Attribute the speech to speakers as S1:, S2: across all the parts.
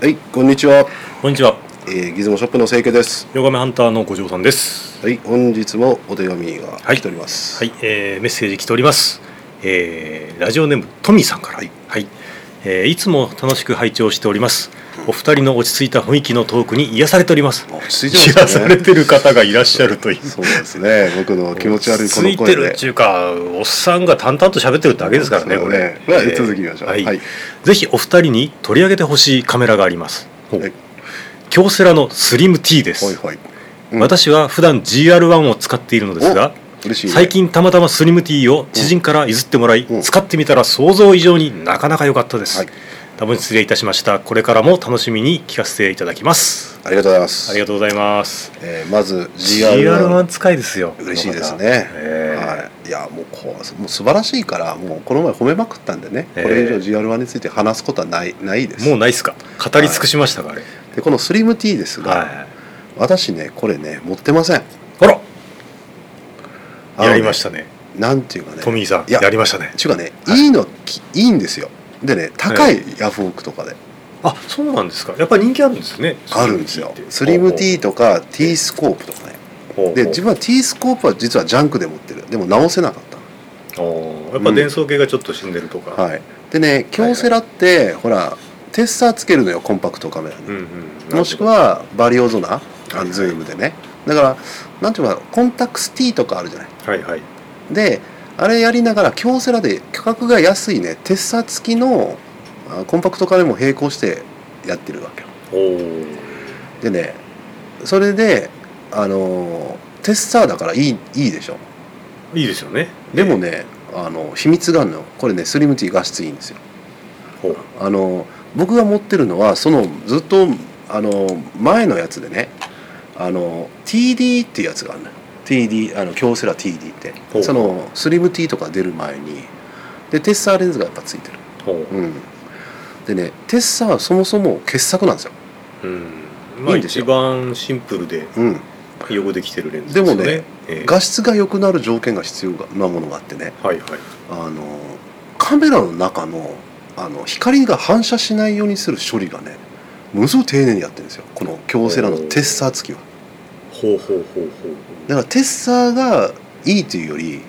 S1: はい、こんにちは。
S2: こんにちは
S1: えー、ギズモショップの清家です。
S2: ヨガメハンターの五条さんです
S1: はい、本日もお手紙が
S2: はい
S1: 来ております。
S2: はい、えーメッセージ来ております、えーラジオネームトミーさんから
S1: は
S2: はいい、えーいつも楽しく拝聴しておりますお二人の落ち着いた雰囲気のトークに癒されております
S1: あ落ち着いてますね
S2: 癒されてる方がいらっしゃるという
S1: そうですね。僕の気持ち悪いこの
S2: ついて
S1: 声
S2: る
S1: で
S2: って。いうかおっさんが淡々と喋ってるだけですからね
S1: そう
S2: こ
S1: で
S2: れ
S1: すねまあ続きましょう
S2: はい
S1: はい
S2: ぜひお二人に取り上げてほしいカメラがありますほう
S1: はい
S2: 京セラのスリム T です、
S1: はいはい。うん
S2: 私は普段 GR1 を使っているのですが
S1: お嬉しいね
S2: 最近たまたまスリム T を知人から譲ってもらい、
S1: うん
S2: 使ってみたら想像以上になかなか良かったです、
S1: はい
S2: 多分失礼いたしましたこれからも楽しみに聞かせていただきます
S1: ありがとうございます。
S2: ありがとうございます
S1: えーまず GR1。
S2: GR1 使いですよ
S1: 嬉しいですね。
S2: えー
S1: はい。いやもうこうもう素晴らしいからもうこの前褒めまくったんでね。これ以上
S2: え
S1: GR1 について話すことはないないです。
S2: もうないっすか語り尽くしましたか、あれ
S1: でこのスリム T ですが、
S2: はい
S1: 私ねこれね持ってません。
S2: あら
S1: あのね
S2: やりましたね
S1: なんていうかね。
S2: トミーさん
S1: いや
S2: やりましたね
S1: ちゅうかね、
S2: はい
S1: い、いのきいいんですよでね高いヤフオクとかで
S2: あそうなんですかやっぱり人気あるんですね
S1: あるんですよスリム T とか T スコープとかねで自分は T スコープは実はジャンクで持ってるでも直せなかっ
S2: 分やっぱ伝送系がちょっと死んでるとか、
S1: たはいでね京セラって、ほらテッサーつけるのよコンパクトカメラに、
S2: うんうん、
S1: もしくはバリオゾナ
S2: いはい
S1: あズームでねだからなんていうかコンタックス T とかあるじゃない
S2: はいはい
S1: であれやりながら京セラで価格が安いねテッサー付きのあコンパクトカメラも並行してやってるわけよ
S2: おお
S1: でねそれであのーテッサーだからいいいいでしょ
S2: いいですよね
S1: でもね、あの秘密があるのよこれねスリムティー画質いいんですよ
S2: ほう
S1: あの僕が持ってるのはそのずっとあの前のやつでねあの TD っていうやつがあるのよ TD あの京セラ TD って
S2: ほう
S1: そのスリムティーとか出る前にでテッサーレンズがやっぱついてる
S2: ほ
S1: うんでねテッサーはそもそも傑作なんですよ
S2: ううん、まあ
S1: いいんですよ
S2: 一番シンプルで
S1: うん
S2: よくできてるレンズ
S1: でも
S2: すよ
S1: ね
S2: ええ
S1: 画質が良くなる条件が必要なものがあってね
S2: はいはい
S1: あのカメラの中のあの光が反射しないようにする処理がねものすごく丁寧にやってるんですよこの京セラのテッサー付きは
S2: ほうほうほうほう
S1: だからテッサーがいいというより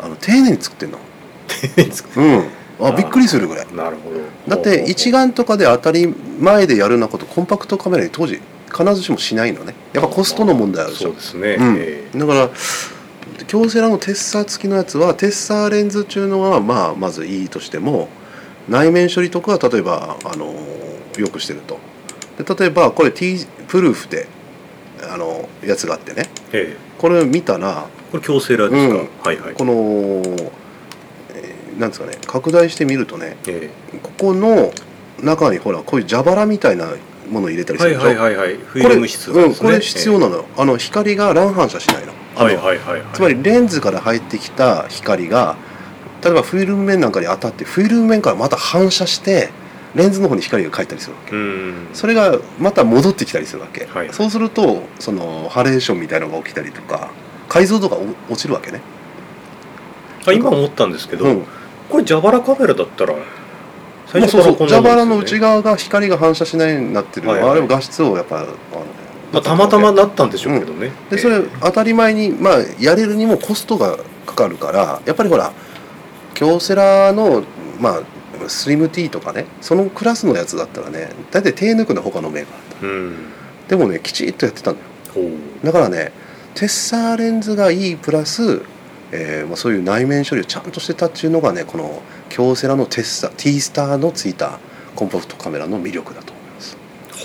S1: あの丁寧に作ってんのうんあ
S2: あー
S1: びっくりするぐらい
S2: なるほど
S1: だって一眼とかで当たり前でやるようなことコンパクトカメラに当時必ずしもしないのねやっぱコストの問題あるでし
S2: そ
S1: ょ
S2: うですね、
S1: うん
S2: え
S1: だから京セラのテッサー付きのやつはテッサーレンズ中のは、まあ、まずいいとしても内面処理とかは例えば、あのよくしてるとで例えばこれ T プルーフで、あのやつがあってね
S2: ええ
S1: これを見たら
S2: えこれ強制ラですか、
S1: うん
S2: はいはい
S1: この、えーなんですかね拡大してみるとね
S2: え
S1: ここの中にほらこういう蛇腹みたいなものを入れた
S2: え
S1: りす
S2: は
S1: る
S2: い
S1: でしょ、
S2: はいはいはいフィ
S1: これ
S2: ルム質なん
S1: うん、
S2: ですね
S1: これ必要なのよ、あの光が乱反射しないのあの、
S2: はいはいはいはい
S1: つまりレンズから入ってきた光が例えばフィルム面なんかに当たってフィルム面からまた反射してレンズの方に光が返ったりするわけ
S2: うん
S1: それがまた戻ってきたりするわけ、
S2: はい
S1: そうするとそのハレーションみたいなのが起きたりとか解像度がお落ちるわけね、
S2: あ今思ったんですけど、
S1: うん
S2: これ蛇腹カメラだったら
S1: まあ、そうそう蛇腹の
S2: が
S1: 内側が光が反射しないようになってるのは、
S2: はいはい
S1: あれも画質をやっぱあの、
S2: まあ、たまたまなったんでしょうけどね、
S1: でそれ当たり前に、まあ、やれるにもコストがかかるからやっぱりほら京セラの、まあ、スリム T とかねそのクラスのやつだったらね大体手抜くの他のメーカーだっ
S2: うん
S1: たでもねきちっとやってたんだよ
S2: ほう
S1: だからねテッサーレンズがいいプラス、えーまあ、そういう内面処理をちゃんとしてたっていうのがねこの京セラのテッサ T スターのついたコンパクトカメラの魅力だと思います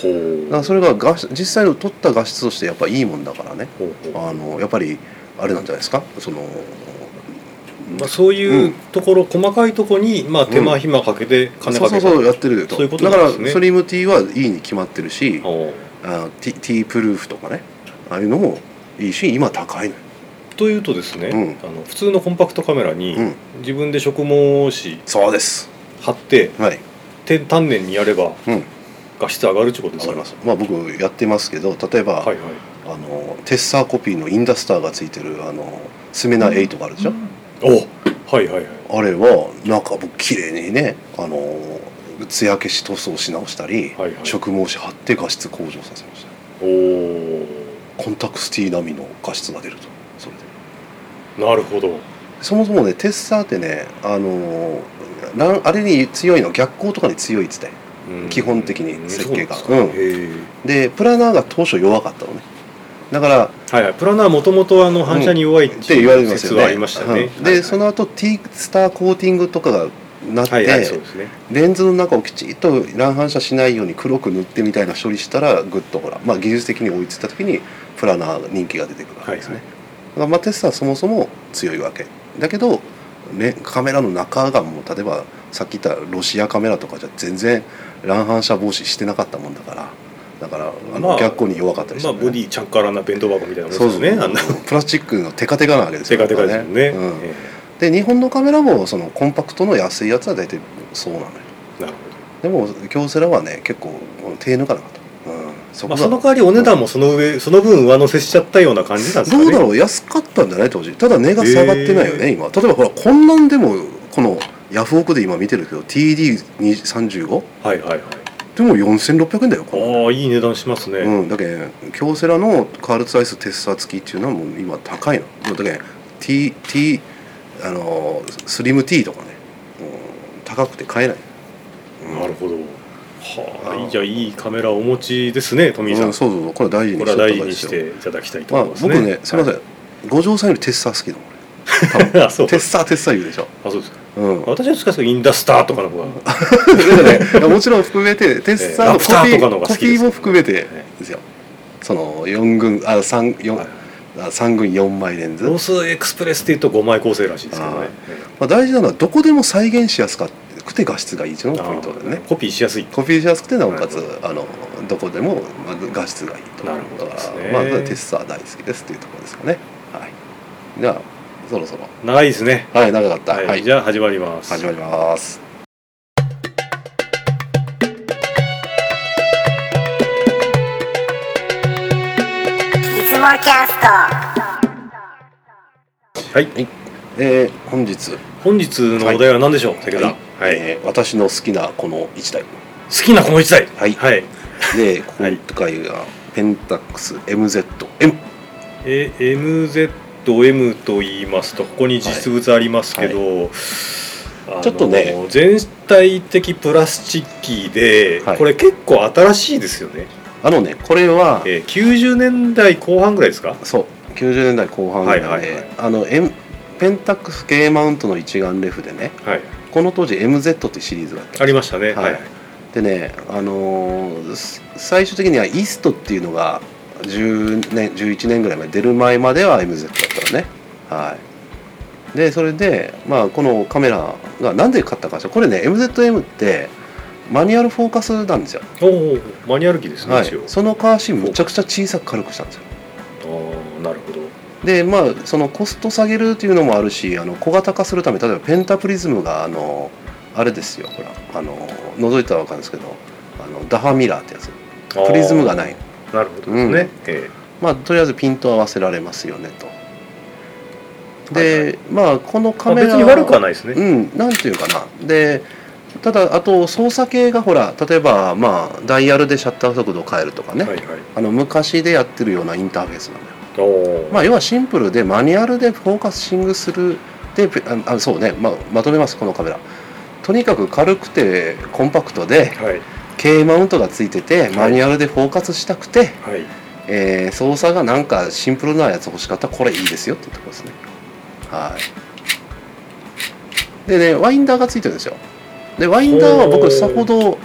S2: ほう
S1: だからそれが画質実際の撮った画質としてやっぱいいもんだからね
S2: ほうほう
S1: あのやっぱりあれなんじゃないですかその
S2: まあ、そういううんところ、細かいところに、まあ、手間暇かけて金
S1: そうそう
S2: かけて
S1: そうやってるよと
S2: そういうこと
S1: だ
S2: な
S1: か
S2: ん
S1: ら
S2: ですね
S1: スリム T はいいに決まってるし
S2: ほ
S1: あ T, T プルーフとかねああいうのもいいし今高いのよ、
S2: うというとですね、
S1: う
S2: あの普通のコンパクトカメラに
S1: うん、
S2: 自分で植毛紙
S1: そうです
S2: 貼って
S1: はい
S2: て丹念にやれば
S1: うん
S2: 画質上がるってことで
S1: わか
S2: すか
S1: りますまあ僕やってますけど例えば、
S2: はいはい
S1: あのテッサーコピーのインダスターがついてるあのスメナ8があるでしょ、
S2: おはいはいはい
S1: あれはなんか僕綺麗にねあの艶消し塗装し直したり、
S2: はいはい
S1: 植毛紙貼って画質向上させました
S2: おお
S1: コンタクス T 並みの画質が出るとそれで
S2: なるほど
S1: そもそもねテッサーってねあのーなんあれに強いの逆光とかに強いっつって
S2: うん
S1: 基本的に設計が
S2: そうなん
S1: うん
S2: ですかへ
S1: でプラナーが当初弱かったのねだから
S2: えはいはいプラナーもともとあの反射に弱いっ
S1: ってて言われ
S2: いう
S1: ます
S2: 説
S1: よね
S2: はありましたね
S1: うんで、その後 T スターコーティングとかがなって、
S2: はいはいそうですね
S1: レンズの中をきちっと乱反射しないように黒く塗ってみたいな処理したらグッとほら、まあ、技術的に追いついた時にプラナー人気が出てくるわけですね、
S2: はい
S1: だからまあテスラはそもそも強いわけだけど、ね、カメラの中がもう例えばさっき言ったロシアカメラとかじゃ全然乱反射防止してなかったもんだからだからあの
S2: まあ
S1: 逆光に弱かったりして
S2: まあボディちゃんからな弁当箱みたいなもん
S1: そ
S2: で
S1: う
S2: す
S1: そう
S2: よねあんな
S1: プラスチックのテカテカなわけです
S2: テ
S1: よ
S2: カテカですもんね
S1: うん
S2: え
S1: で日本のカメラもそのコンパクトの安いやつは大体そうなのよ
S2: えなる
S1: でも京セラはね結構手抜かなかった、うん、そ
S2: ほどま
S1: こ
S2: あ
S1: が
S2: その代わりお値段もその上その分上乗せしちゃったような感じなんですか
S1: ど
S2: ね
S1: うだろう安かったんじゃない当時ただ値が下がってないよね、
S2: へ
S1: 今例えばほらこんなんでもこのヤフオクで今見てるけど TD35
S2: はいはいはい
S1: でも4600円だよこれ
S2: ああいい値段しますね、
S1: うん、だけど京セラのカールツアイステッサー付きっていうのはもう今高いのもうだけど T, T あのスリム T とかね、うん、高くて買えない、うん
S2: なるほどは
S1: あ
S2: あじゃあいいカメラをお持ちですね富井さん、
S1: うんそうそうそうこれは大事
S2: こ
S1: にし
S2: れは
S1: とった方
S2: 大
S1: がい
S2: 事
S1: いで
S2: に
S1: す
S2: し
S1: よ
S2: ていただきたいと
S1: まあ、
S2: 思います
S1: 僕
S2: ね、
S1: ねすみません、
S2: は
S1: 五条さんよりテッサー好きだもん
S2: い あそう
S1: 俺テッ サーテッサー言うでしょ、
S2: あそうですか
S1: うん、
S2: 私はしかしインダスターとかの方が
S1: だからねもちろん含めてテッサーの
S2: ラプタ
S1: コピ
S2: ーと
S1: ー,、
S2: かの方が
S1: コ
S2: 好き
S1: ピ
S2: です
S1: ーも含めて
S2: ね
S1: ですよその四軍あ三四、
S2: はい
S1: あ三軍四枚レンズ、
S2: ロ
S1: ま
S2: スエクスプレスっていうと5枚構成らしいですけど
S1: は
S2: ね
S1: いあ、大事なのはどこでも再現しやすくて画質がいいっていうのがポイントだよね
S2: あーコピーしやすい
S1: コピーしやすくてなおかつ
S2: なる
S1: あのどこでもまあ画質がいいと
S2: なるほどですね
S1: だからまあ、テッサー大好きですっていうところですかねはいではそろそろ
S2: 長いですね
S1: はい長かった
S2: はい、じゃあ始まります
S1: 始まります
S2: は
S3: いつもキャスト
S2: い
S1: えー本日
S2: 本日のお題は何でしょう、武田さん
S1: は
S2: はいい
S1: えー私の好きなこの1台
S2: 好きなこの1台
S1: はい
S2: はい
S1: で
S2: はい
S1: 今回がペンタックス MZM
S2: え MZM と言いますとここに実物ありますけど、あの
S1: ちょっとね
S2: 全体的プラスチッキーで、
S1: はい
S2: これ結構新しいですよね、
S1: あのねこれは
S2: えー90年代後半ぐらいですか
S1: そう90年代後半ぐらい
S2: はいはいは
S1: で
S2: い
S1: あの、M、ペンタックス K マウントの一眼レフでね
S2: はい
S1: この当時 MZ っていうシリーズがあった
S2: ありましたね
S1: は
S2: はいい、
S1: でね、あのーす最終的にはイーストっていうのが10年11年ぐらい前出る前までは MZ だったのねはいでそれで、まあ、このカメラがなんで買ったかしらこれね MZM ってマニュアルフォーカスなんですよ、
S2: おおマニュアル機ですね、
S1: はい
S2: 一応、
S1: そのカーシーむちゃくちゃ小さく軽くしたんですよ
S2: ああなるほど
S1: でまあそのコスト下げるっていうのもあるしあの小型化するため例えばペンタプリズムがあのあれですよほらあの覗いたら分かるんですけどあのダハミラーってやつ
S2: あー
S1: プリズムがない
S2: なるほどですね、
S1: うん
S2: え
S1: まあとりあえずピント合わせられますよねとで、
S2: はい
S1: まあこの
S2: ーま
S1: カ
S2: あ
S1: メラ
S2: 別に悪くはないですね、
S1: うんなんていうかなでただあと操作系がほら例えばまあダイヤルでシャッター速度を変えるとかね、
S2: はいはい
S1: あの昔でやってるようなインターフェースなのよ
S2: おお、
S1: まあ要はシンプルでマニュアルでフォーカシングするでペああそうね、まあ、まとめますこのカメラとにかく軽くてコンパクトで
S2: はい
S1: K マウントがついててマニュアルでフォーカスしたくて、
S2: はい
S1: えー操作がなんかシンプルなやつ欲しかったらこれいいですよっていうところですねはいでねワインダーがついてるんですよでワインダーは
S2: ほ
S1: 僕
S2: う
S1: さほど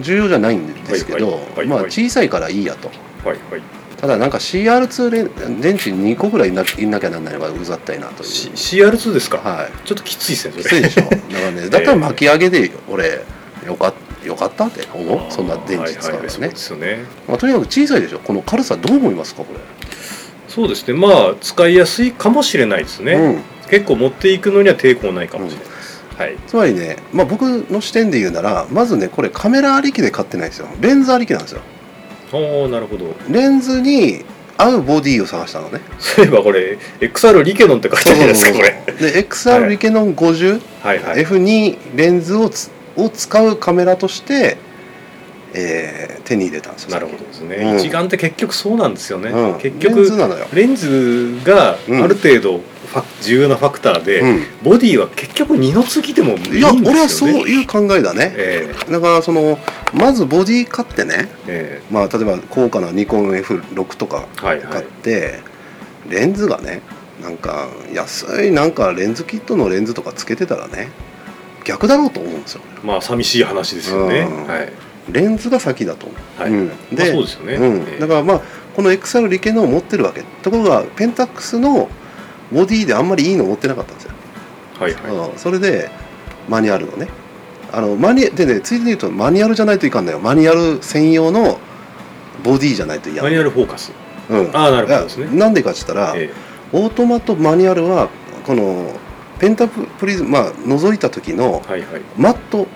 S1: 重要じゃないんですけ
S2: はい
S1: ど
S2: はいはい
S1: まあ
S2: はい
S1: 小さいからいいやと
S2: はいはい
S1: ただなんか CR2 レン電池2個ぐらいいなきいなきゃなんないのがうざったいなという、
S2: C- CR2 ですか、
S1: はい
S2: ちょっときついですね
S1: き
S2: そ
S1: つい
S2: れ
S1: でしょだから ねだったら巻き上げで俺よかよかったって思うそんな電池使うん
S2: はいは
S1: で
S2: い
S1: す
S2: そう
S1: ね、
S2: ですよね
S1: まあ、とにかく小さいでしょこの軽さどう思いますかこれ、
S2: そうですねまあ使いやすいかもしれないですね、
S1: うん
S2: 結構持っていくのには抵抗ないかもしれないです、はい
S1: つまりね、まあ、僕の視点で言うならまずねこれカメラありきで買ってないんですよレンズありきなんですよ
S2: おおなるほど
S1: レンズに合うボディを探したのね
S2: そういえばこれ XR リケノンって書いてあるじゃないですかこれ
S1: で XR リケノン 50F2
S2: はいはい、
S1: レンズをつを使うカメラとして、えー手に入れたんですよ
S2: なるほどですね、
S1: うん
S2: 一眼って結局そうなんですよね、
S1: うん
S2: 結
S1: レンズ
S2: 局
S1: なのよ
S2: レンズがあ
S1: うん
S2: る程度ファ重要なファクターで、
S1: う
S2: ボディは結局二の次でもいいん
S1: ん、
S2: で
S1: い
S2: す
S1: や
S2: よね
S1: 俺はそういう考えだね
S2: ええ
S1: だからそのまずボディ買ってね、
S2: え
S1: まあ、例えば高価なニコン F6 とか
S2: えはいは
S1: 買っ
S2: い
S1: て、レンズがねなんか安いなんかレンズキットのレンズとかつけてたらね逆だろうと思うんですよ
S2: まあ寂しい話ですよね、
S1: うん
S2: はい
S1: レンズが先だと思う、
S2: はい
S1: うん
S2: まあ、
S1: で
S2: そうですよね、
S1: うん
S2: ええ
S1: だからまあこの XR 理系のを持ってるわけところがペンタックスのボディであんまりいいの持ってなかったんですよ、
S2: はいはい
S1: うんそれでマニュアルのねあのマニュでねついでに言うとマニュアルじゃないといかんのよマニュアル専用のボディじゃないと嫌
S2: マニュアルフォーカス
S1: アル、うん、
S2: ああなるほどですね
S1: いやなんでかって言ったら、
S2: え
S1: オートマとマニュアルはこのペンタプリズムまあ覗いた時の
S2: えはいはい
S1: マット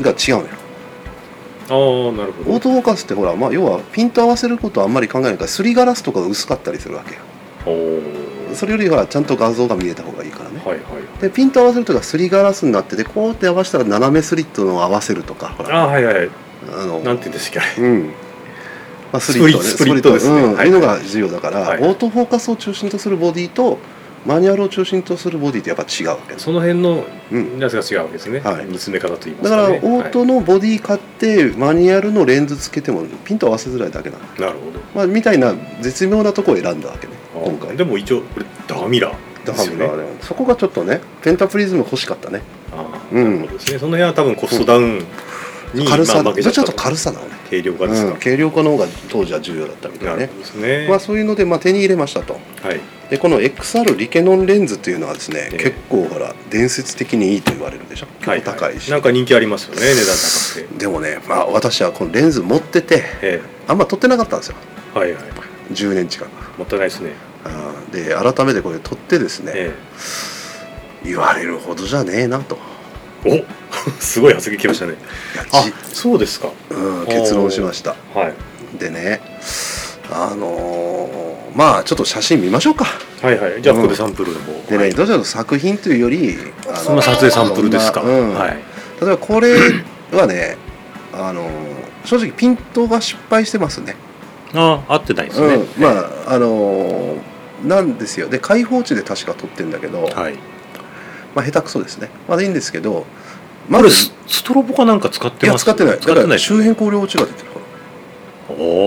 S1: が違うのよ
S2: ああなるほ
S1: オー
S2: ど
S1: トフォーカスってほら、まあ、要はピント合わせることはあんまり考えないからすりガラスとかが薄かったりするわけよ
S2: おお
S1: それよりはちゃんと画像が見えた方がいいからね
S2: はいはい
S1: でピント合わせるとかすりガラスになっててこうやって合わせたら斜めスリットの合わせるとかほら
S2: ああはいはい
S1: あの
S2: なんて言うんですかね
S1: うんまあ、スリットね
S2: スプリット
S1: スプリット
S2: スプリットですね
S1: うん
S2: はい
S1: いうのが重要だから、
S2: はい
S1: オートフォーカスを中心とするボディとマニュアルを中心とするボディってやっぱ違うわけです、
S2: その辺の
S1: うん、
S2: やつが違うわけですね、
S1: はい
S2: 煮詰め方といい
S1: だ
S2: ます
S1: か
S2: からね
S1: オートのボディ買ってマニュアルのレンズつけてもピント合わせづらいだけなの、
S2: はいなるほど
S1: まあ、みたいな絶妙なとこを選んだわけね
S2: あー
S1: 今回
S2: でも一応これダミラー
S1: だ
S2: で
S1: か
S2: すよね
S1: ら、ね、そこがちょっとねペンタプリズム欲しかったね
S2: ああ
S1: うん
S2: なるほどですねその辺は多分コストダウンに、
S1: 軽さ
S2: まあ負け
S1: ちょっ
S2: ちゃっ
S1: と
S2: た
S1: 軽さなのね、
S2: 軽量化ですか、
S1: うん、軽量化の方が当時は重要だったみた
S2: ないる
S1: ね
S2: ほどですね、
S1: まあ、そういうので、まあ、手に入れましたと
S2: はい
S1: でこの XR リケノンレンズっていうのはですね、
S2: ええ
S1: 結構ほら伝説的にいいと言われるでしょ
S2: は
S1: 結構高いし、
S2: なんか人気ありますよね値段高くて
S1: でもね、まあ、私はこのレンズ持ってて
S2: え
S1: あんま撮ってなかったんですよ
S2: えはいはい
S1: 10年近く
S2: もったいないですね
S1: あーで改めてこれ撮ってですね、
S2: え
S1: 言われるほどじゃねえなとい
S2: えお すごい発言きましたね
S1: や
S2: あ
S1: じ
S2: そうですか
S1: うん、結論しました
S2: はい
S1: でねあのーまあちょっと写真見ましょうか
S2: はいはいじゃあ
S1: うん
S2: ここでサンプルの方、
S1: でねどちらかというと作品というよりあの
S2: そんな撮影サンプルですか、
S1: そんなうん
S2: はい
S1: 例えばこれはねあの正直ピントが失敗してますね
S2: ああ合ってないですね、
S1: うん、まああのなんですよで開放値で確か撮ってるんだけど、
S2: はい
S1: まあ、下手くそですねまあいいんですけどま
S2: これ
S1: ず
S2: スストロボかなんか使って
S1: いや
S2: ます
S1: 使ってない
S2: 使
S1: だ
S2: っ
S1: か
S2: てな
S1: ら
S2: い
S1: 周辺光量値が出てるか、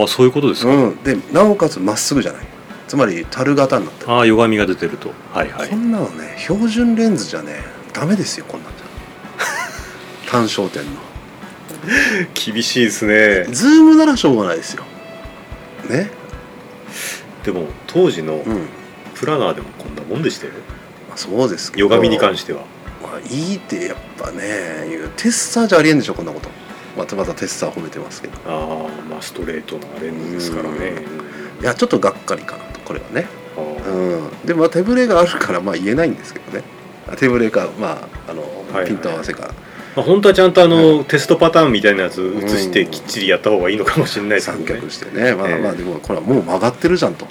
S2: ああそういうことですから
S1: うん、でなおかつまっすぐじゃないつまり樽型になってる、
S2: ああ歪みが出てるとはいはい
S1: こんなのね標準レンズじゃねダメですよ こんなんじゃ単焦点の
S2: 厳しいですね
S1: ズームならしょうがないですよね
S2: でも当時の
S1: うん
S2: プラナーでもこんなもんでしたよ
S1: まあ、そうですけど
S2: 歪みに関しては
S1: まあ、いいってやっぱねいうテッサーじゃありえんでしょこんなことまたまたテッサー褒めてますけど
S2: ああまあストレートなレンズですからね
S1: いやちょっとがっかりかなとこれはね、
S2: あー
S1: うん、でまあ手ぶれがあるからまあ言えないんですけどねあ手ぶれかまああの、
S2: いはい
S1: ピント合わせか
S2: まあ本当はちゃんとあの、テストパターンみたいなやつ映してきっちりやった方がいいのかもしれないですけ
S1: 三
S2: どね
S1: 脚してねまあ、
S2: ええ
S1: まあでもこれはもう曲がってるじゃんと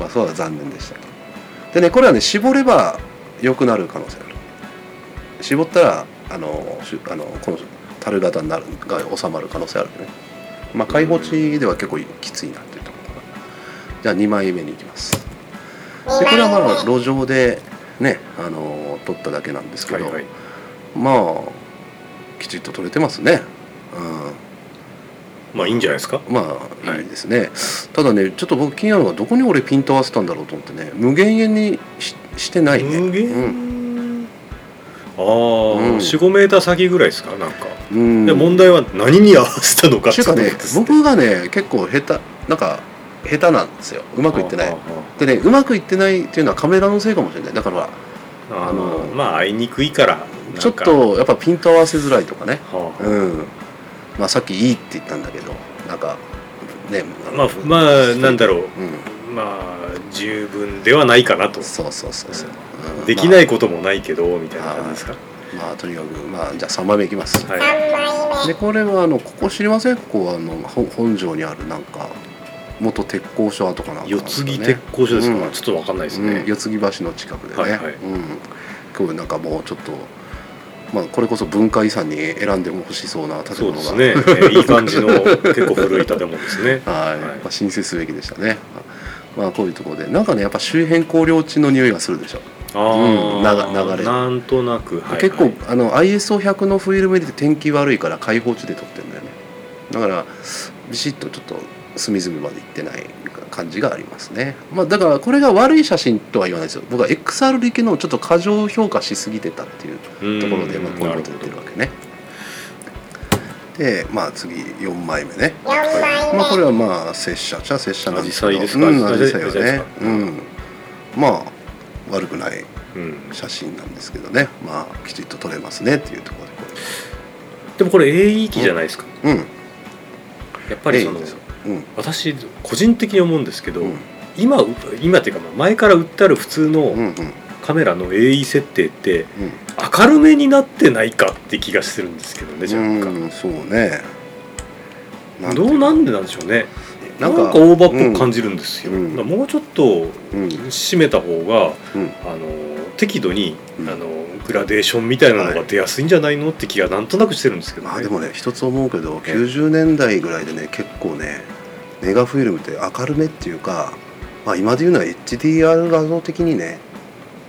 S1: まあそうは残念でしたけどでねこれはね絞れば良くなる可能性ある絞ったらあのしゅあのこの樽型になるが収まる可能性あるねまあ開放値では結構きついなっていうところかなじゃあ2枚目に行きますでこれはまあ路上でねあの撮っただけなんですけ
S2: はい
S1: ど、
S2: はい
S1: まあきちっと撮れてますねうん
S2: まあいいんじゃないですか
S1: まあ
S2: はい
S1: いいですね、ただねちょっと僕気になるのがどこに俺ピント合わせたんだろうと思ってね無限遠にししてないね
S2: 無限、
S1: うん
S2: ああ、
S1: うん
S2: 四五メーター先ぐらいですかなんか、
S1: うん
S2: で問題は何に合わせたのか
S1: っていうかね
S2: ことです
S1: 僕がね結構下手なんか下手なんですようまくいってな
S2: あー
S1: いでねうまくいってないっていうのはカメラのせいかもしれないだから
S2: あー
S1: あの
S2: まあ会いにくいからなんか
S1: ちょっとやっぱピント合わせづらいとかね
S2: はあ
S1: うんまあさっきいいって言ったんだけどなんかね
S2: まあまあなんだろ
S1: う
S2: うまあ十分ではないかなと
S1: んそうそうそうそう、うん
S2: できないこともないけどみたいな感じですか
S1: まあ、まあとにかくまあじゃあ3枚目いきます
S2: はい
S1: でこれはあのここ知りませんここはあのほ本城にあるなんか元鉄工所跡かなんかなん
S2: 四
S1: で
S2: つ
S1: すかね
S2: 木鉄工所ですか、
S1: うん
S2: ちょっとわかんないです
S1: う
S2: ね
S1: ん、、四つ木橋の近くでね、
S2: はいはい
S1: うんこういうなんかもうちょっとまあ、これこそ文化遺産に選んでもほしそうな建
S2: そう
S1: 物
S2: で
S1: が
S2: すね、えーいい感じの結構古い建物です ね
S1: はい
S2: はい
S1: まあ、申請すべきでしたね、まあ、こういうところでなんかねやっぱ周辺工業地の匂いがするでしょ、うんなが流れ
S2: なんとなく、はい
S1: 結
S2: は
S1: 構
S2: い
S1: あの ISO100 のフィルム入れて天気悪いから開放地で撮ってるんだよねだからビシッとちょっと隅々まで行ってない感じがありますね、まあ、だからこれが悪い写真とは言わないですよ僕は XR で機能をちょっと過剰評価しすぎてたっていうところで、
S2: うん
S1: まあ、こういうこと言ってるわけねでまあ次4枚目ね
S3: 4枚目、
S1: まあ、これはまあ拙者じゃ拙者なんですけど
S2: 紫陽花ですか
S1: うん、紫陽花
S2: 紫陽花
S1: よ
S2: で
S1: ね
S2: す、か
S1: うん、まあ悪くない
S2: うん
S1: 写真なんですけどねまあきちっと撮れますねっていうところでこ
S2: でもこれ AE 機じゃないですか、
S1: れうん
S2: やっぱりその、
S1: AE ですうん
S2: 私個人的に思うんですけど、
S1: うん
S2: 今今っていうかまあ前から売ってある普通
S1: うん
S2: の
S1: うんうん
S2: カメラの AE 設定って明るめになってないかって気がするんですけどね若干、
S1: うんそうねて
S2: どうなんでなんでしょうね
S1: な
S2: なんん
S1: か
S2: かオーバーっぽく感じるんですよ、
S1: うん
S2: だからもうちょっと
S1: うん
S2: 締めた方が
S1: うん
S2: あの適度に、
S1: うん
S2: あのグラデーションみたいなのが出やすいんじゃないのって気がなんとなくしてるんですけど、ね
S1: まあでもね一つ思うけど90年代ぐらいでね結構ねネガフィルムって明るめっていうか、まあ、今で言うのは HDR 画像的にね、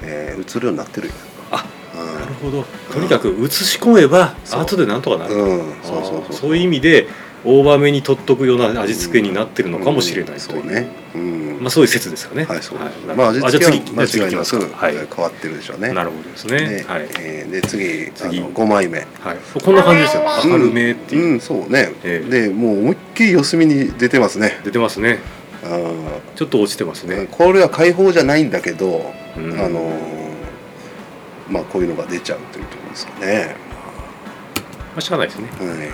S1: えー映るようになってるよ
S2: あ
S1: うん
S2: なるほどとにかく映し込めば
S1: そう
S2: 後でなんとかなる、
S1: うん、そうそう
S2: あ
S1: そ
S2: ー
S1: う
S2: いう意味でオーバーめに取っとくような味付けになってるのかもしれないという、
S1: うんそうね、うん
S2: まあ、そういう説ですかね
S1: はいそうです、
S2: はい
S1: まあ味付けは
S2: あじゃあ
S1: 間
S2: 次
S1: 違いなく、
S2: じゃあ次行きますかはい
S1: 変わってるでしょうね
S2: なるほどですね
S1: ね
S2: はい、
S1: えーで次
S2: 次
S1: あの5枚目
S2: はい、こんな感じですよ
S3: うん
S2: 明るめっていう、
S1: うんそうね、
S2: ええ
S1: でもう思いっきり四隅に出てますね
S2: 出てますね
S1: あー
S2: ちょっと落ちてますね、
S1: これは解放じゃないんだけど、
S2: うん
S1: あのーまあこういうのが出ちゃうというところですかね、
S2: まあ、しゃあないですね、
S1: はい
S2: はい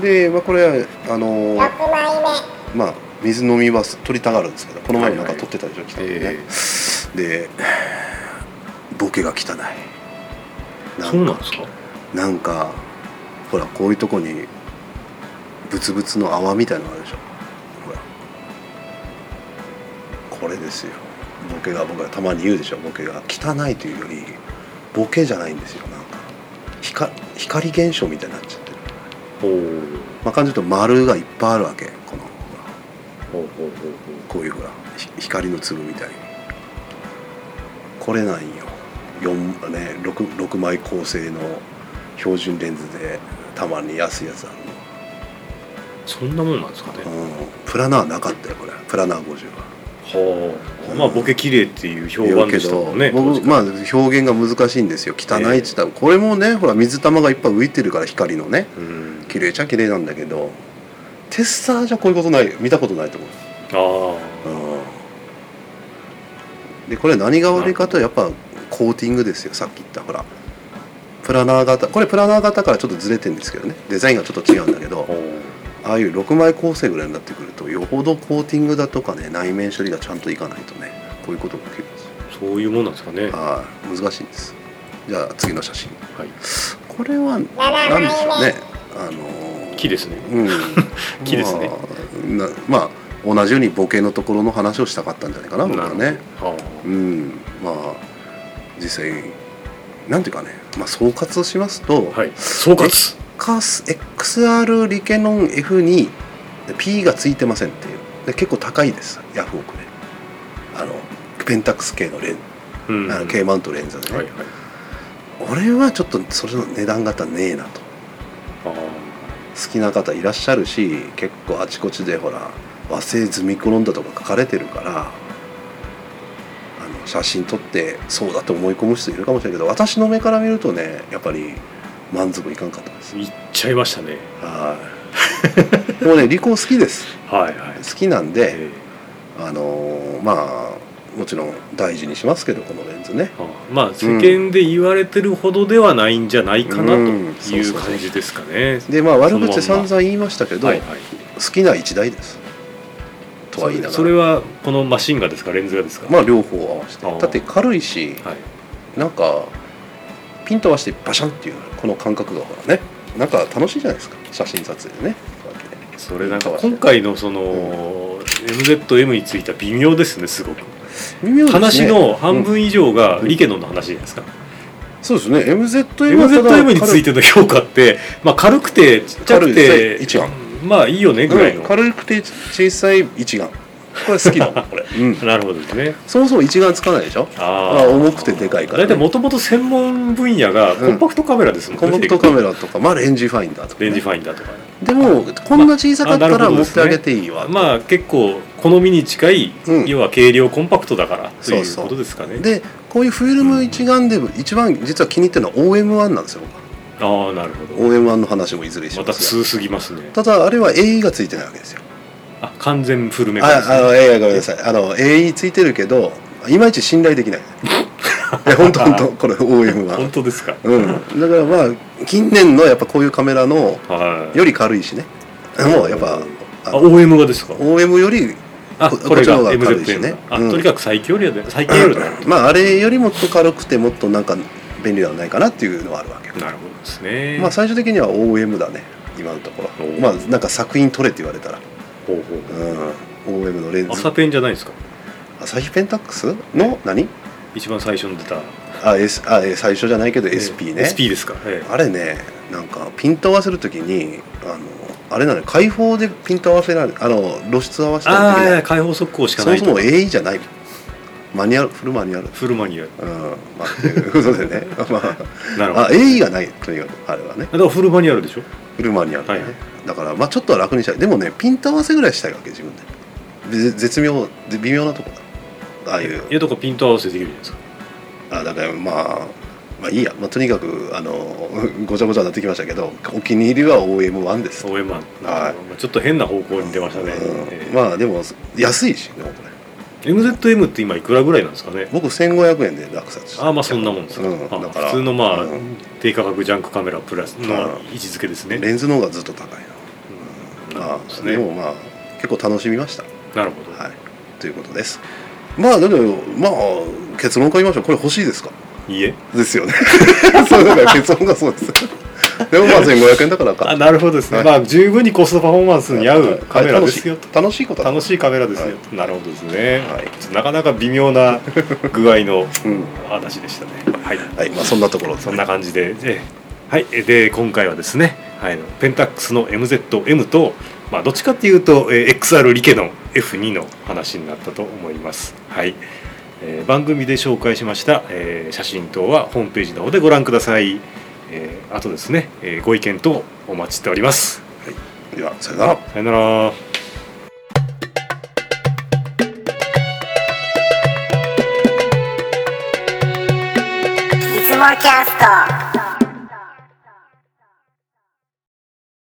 S1: で、まあ、これはあのー
S3: 6枚目
S1: まあ水飲みは取りたがるんですけどこの前もなんか
S2: はい
S1: 取ってたでしょ、北野ね
S2: え
S1: でボケが汚い
S2: え
S1: な
S2: そうんなん
S1: か
S2: ですか
S1: なんかほらこういうとこにブツブツの泡みたいなのあるでしょほらこれですよボケが僕はたまに言うでしょボケが汚いというよりボケじゃないんですよなんか光光現象みたいになっちゃってる、
S2: おお
S1: まあ、感じると丸がいっぱいあるわけこのほら
S2: ほうほうほう
S1: こういうほらひ光の粒みたいにこれなんよ4ね 6, 6枚構成の標準レンズでたまに安いやつある
S2: そんなもんなんですかね、
S1: の、うん、プラナーなかったよこれプラナー50は
S2: はあまあボケ綺麗っていう評判でしたもんね
S1: 言うけど僕まあ
S2: あ
S1: 表現が難しいんですよ汚いっつったらこれもねほら水玉がいっぱい浮いてるから光のね
S2: うん
S1: 綺麗ちゃ綺麗なんだけどテッサーじゃこういうことない見たことないと思う
S2: あー
S1: でこれ何が悪いかとやっぱコーティングですよさっき言ったほらプラナー型これプラナー型からちょっとずれてるんですけどねデザインがちょっと違うんだけど
S2: おー
S1: ああいう6枚構成ぐらいになってくるとよほどコーティングだとかね内面処理がちゃんといかないとねこういうことが起きるんですよ
S2: そういうもんなんですかねは
S1: はい難しいんですじゃあ次の写真
S2: い
S1: これは何でしょうねあのー
S2: 木ですね
S1: うん
S2: 木ですね
S1: まあ、なまあ同じようにボケのところの話をしたかったんじゃないかな僕はね
S2: ほどは
S1: うん、まあ実際なんていうかね、まあ、総括しますと、
S2: あはい総括
S1: X- XR リケノン F に P がついてませんっていうで結構高いですヤフオクであのペンタックス系のレン、
S2: うん
S1: あの K マウントレンズでね、
S2: はいはい
S1: 俺はちょっとそれの値段型ねえなと
S2: あー
S1: 好きな方いらっしゃるし結構あちこちでほら和製ズミコロンだとか書かれてるからあの写真撮ってそうだと思い込む人いるかもしれないけど私の目から見るとねやっぱり満足いかんかったです
S2: いっちゃいましたね
S1: はい もうねリコ好きです
S2: はいはい
S1: 好きなんで、
S2: え
S1: あのーまあもちろん大事にしますけどこのレンズね
S2: ーあーまあ世間で言われてるほどではないんじゃないかなと
S1: うんそ
S2: いう
S1: そう
S2: う
S1: そう
S2: 感じですかね
S1: でまあ悪口
S2: そのま
S1: 散
S2: んま
S1: 々言いましたけど、
S2: はいはい
S1: 好きな一台ですとは言いながら
S2: それはこのマシンガですかレンズがですか
S1: まあ両方合わせて
S2: あー
S1: だって軽いし
S2: はい
S1: なんかピント合わせてバシャンっていうこの感覚がほらねなんか楽しいじゃないですか写真撮影でね
S2: それなんか今回のその MZM については微妙ですねすごく
S1: 微妙ですね
S2: 話の半分以上がリケノンの話じゃないですか、
S1: そうですね MZM はただ
S2: MZM についての評価って、まあ、軽くてちっちゃくて
S1: 軽い一眼
S2: まあいいよねぐらいの、
S1: 軽くて小さい一眼これ好きだ なこれ、うん、
S2: なるほどですね
S1: そもそも一眼つかないでしょ
S2: あー
S1: まあ重くてでかいから、
S2: 大体もともと専門分野がコンパクトカメラですもん
S1: コンパクトカメラとか、まあ、レンジファインダーとか
S2: レンジファインダーとか
S1: でもこんな小さかった
S2: あなる
S1: ら
S2: ほ
S1: 持
S2: どで
S1: っ
S2: す
S1: て
S2: ね
S1: あげていいわ、
S2: まあ結構好みに近い、
S1: うん
S2: 要は軽量コンパクトだからと
S1: そう
S2: いう
S1: そう
S2: ことですかね
S1: でこういうフィルム一眼で一番実は気に入ってるのは OM1 なんですよ
S2: ああなるほ
S1: 僕
S2: ど
S1: OM1 の話もいずれし
S2: ま
S1: ま
S2: た
S1: すが
S2: 通すぎますね
S1: ただあれは AE がついてないわけですよ
S2: あ完全フルメカです
S1: ああ
S2: ね
S1: の AI ごめんなさいあの AE ついてるけどいまいち信頼 できないいや本当本当これ OM は
S2: 本当ですか
S1: うん、だからまあ近年のやっぱこういうカメラの
S2: はい
S1: より軽いしねもうやっぱあ
S2: あ
S1: の
S2: OM がですか
S1: OM より
S2: あ
S1: こ
S2: これが
S1: こっちの方が軽いし
S2: MZM
S1: ね
S2: だあ
S1: うん
S2: とにかく最強量で最軽 量だ
S1: まああれよりもっと軽くてもっとなんか便利ではないかなっていうのはあるわけ、
S2: なるほどですね
S1: まあ最終的には OM だね今のところ
S2: おー
S1: まあなんか作品撮れって言われたら、
S2: ほうほうほう
S1: うん、OM のレンズ
S2: 朝ペンじゃないですか
S1: 朝日ペンタックスの何
S2: 一番最初に出た
S1: あ、S、あえ最初じゃないけど SP ね、
S2: SP ですかええ
S1: あれねなんかピント合わせるときにあのあれなのよ開放でピント合わせられあの露出合わせたら
S2: あ
S1: できない
S2: あ開放速攻しか
S1: そ
S2: な
S1: も
S2: い
S1: そ
S2: と
S1: も AE じゃないマニュアルフルマニュアル
S2: フルマニュアル
S1: うんまあ ということでねま
S2: なるほ
S1: ああ
S2: ど
S1: AE がないというあれはね
S2: だからフルマニュアルでしょ
S1: フルマニュアルね、
S2: はいはい
S1: だからまあちょっとは楽にしたいでもねピント合わせぐらいしたいわけ自分でで絶妙で微妙なとこだああいう
S2: いやとかピント合わせできるじゃないですか
S1: あだからまあまあいいや、まあ、とにかくあの ごちゃごちゃになってきましたけどお気に入りは OM1 です
S2: OM は
S1: はい
S2: まあちょっと変な方向に出ましたねえ
S1: うん
S2: え
S1: まあでも安いしでもこれ
S2: MZM って今いくらぐらいなんですかね
S1: 僕1500円で落札した
S2: ああまあそんなもんですか
S1: うん
S2: あ
S1: だから
S2: 普通のまあ
S1: うん
S2: 低価格ジャンクカメラプラスの
S1: うん
S2: 位置づけですね
S1: レンズの方がずっと高い
S2: うん
S1: な、
S2: な
S1: ま
S2: るほど
S1: あ
S2: です
S1: で
S2: ね
S1: もまあ結構楽しみました
S2: なるほど
S1: はいということですまあでもまあ結論から言いましょうこれ欲しいですか
S2: いいえ
S1: ですよね そうだから結論がそうですでもまあ1500円だから
S2: あ
S1: か
S2: なるほどですね、
S1: はい
S2: まあ十分にコストパフォーマンスに合うカメラですよ
S1: はい楽しい楽しいことだ
S2: 楽しいカメラですよ、
S1: は
S2: なるほどですね、
S1: はい
S2: なかなか微妙な具合の
S1: うん
S2: 話でしたねはい、
S1: はいまあそんなところです
S2: そんな感じで、ええはいえで今回はですね、はい、ペンタックスの MZM と、まあ、どっちかっていうと、えー XR リケの F2 の話になったと思いますはい、えー番組で紹介しました、えー写真等はホームページの方でご覧ください、えーあとですね、えーご意見等お待ちしております
S1: ではさよなら
S2: さよなら。
S3: いつもキャスト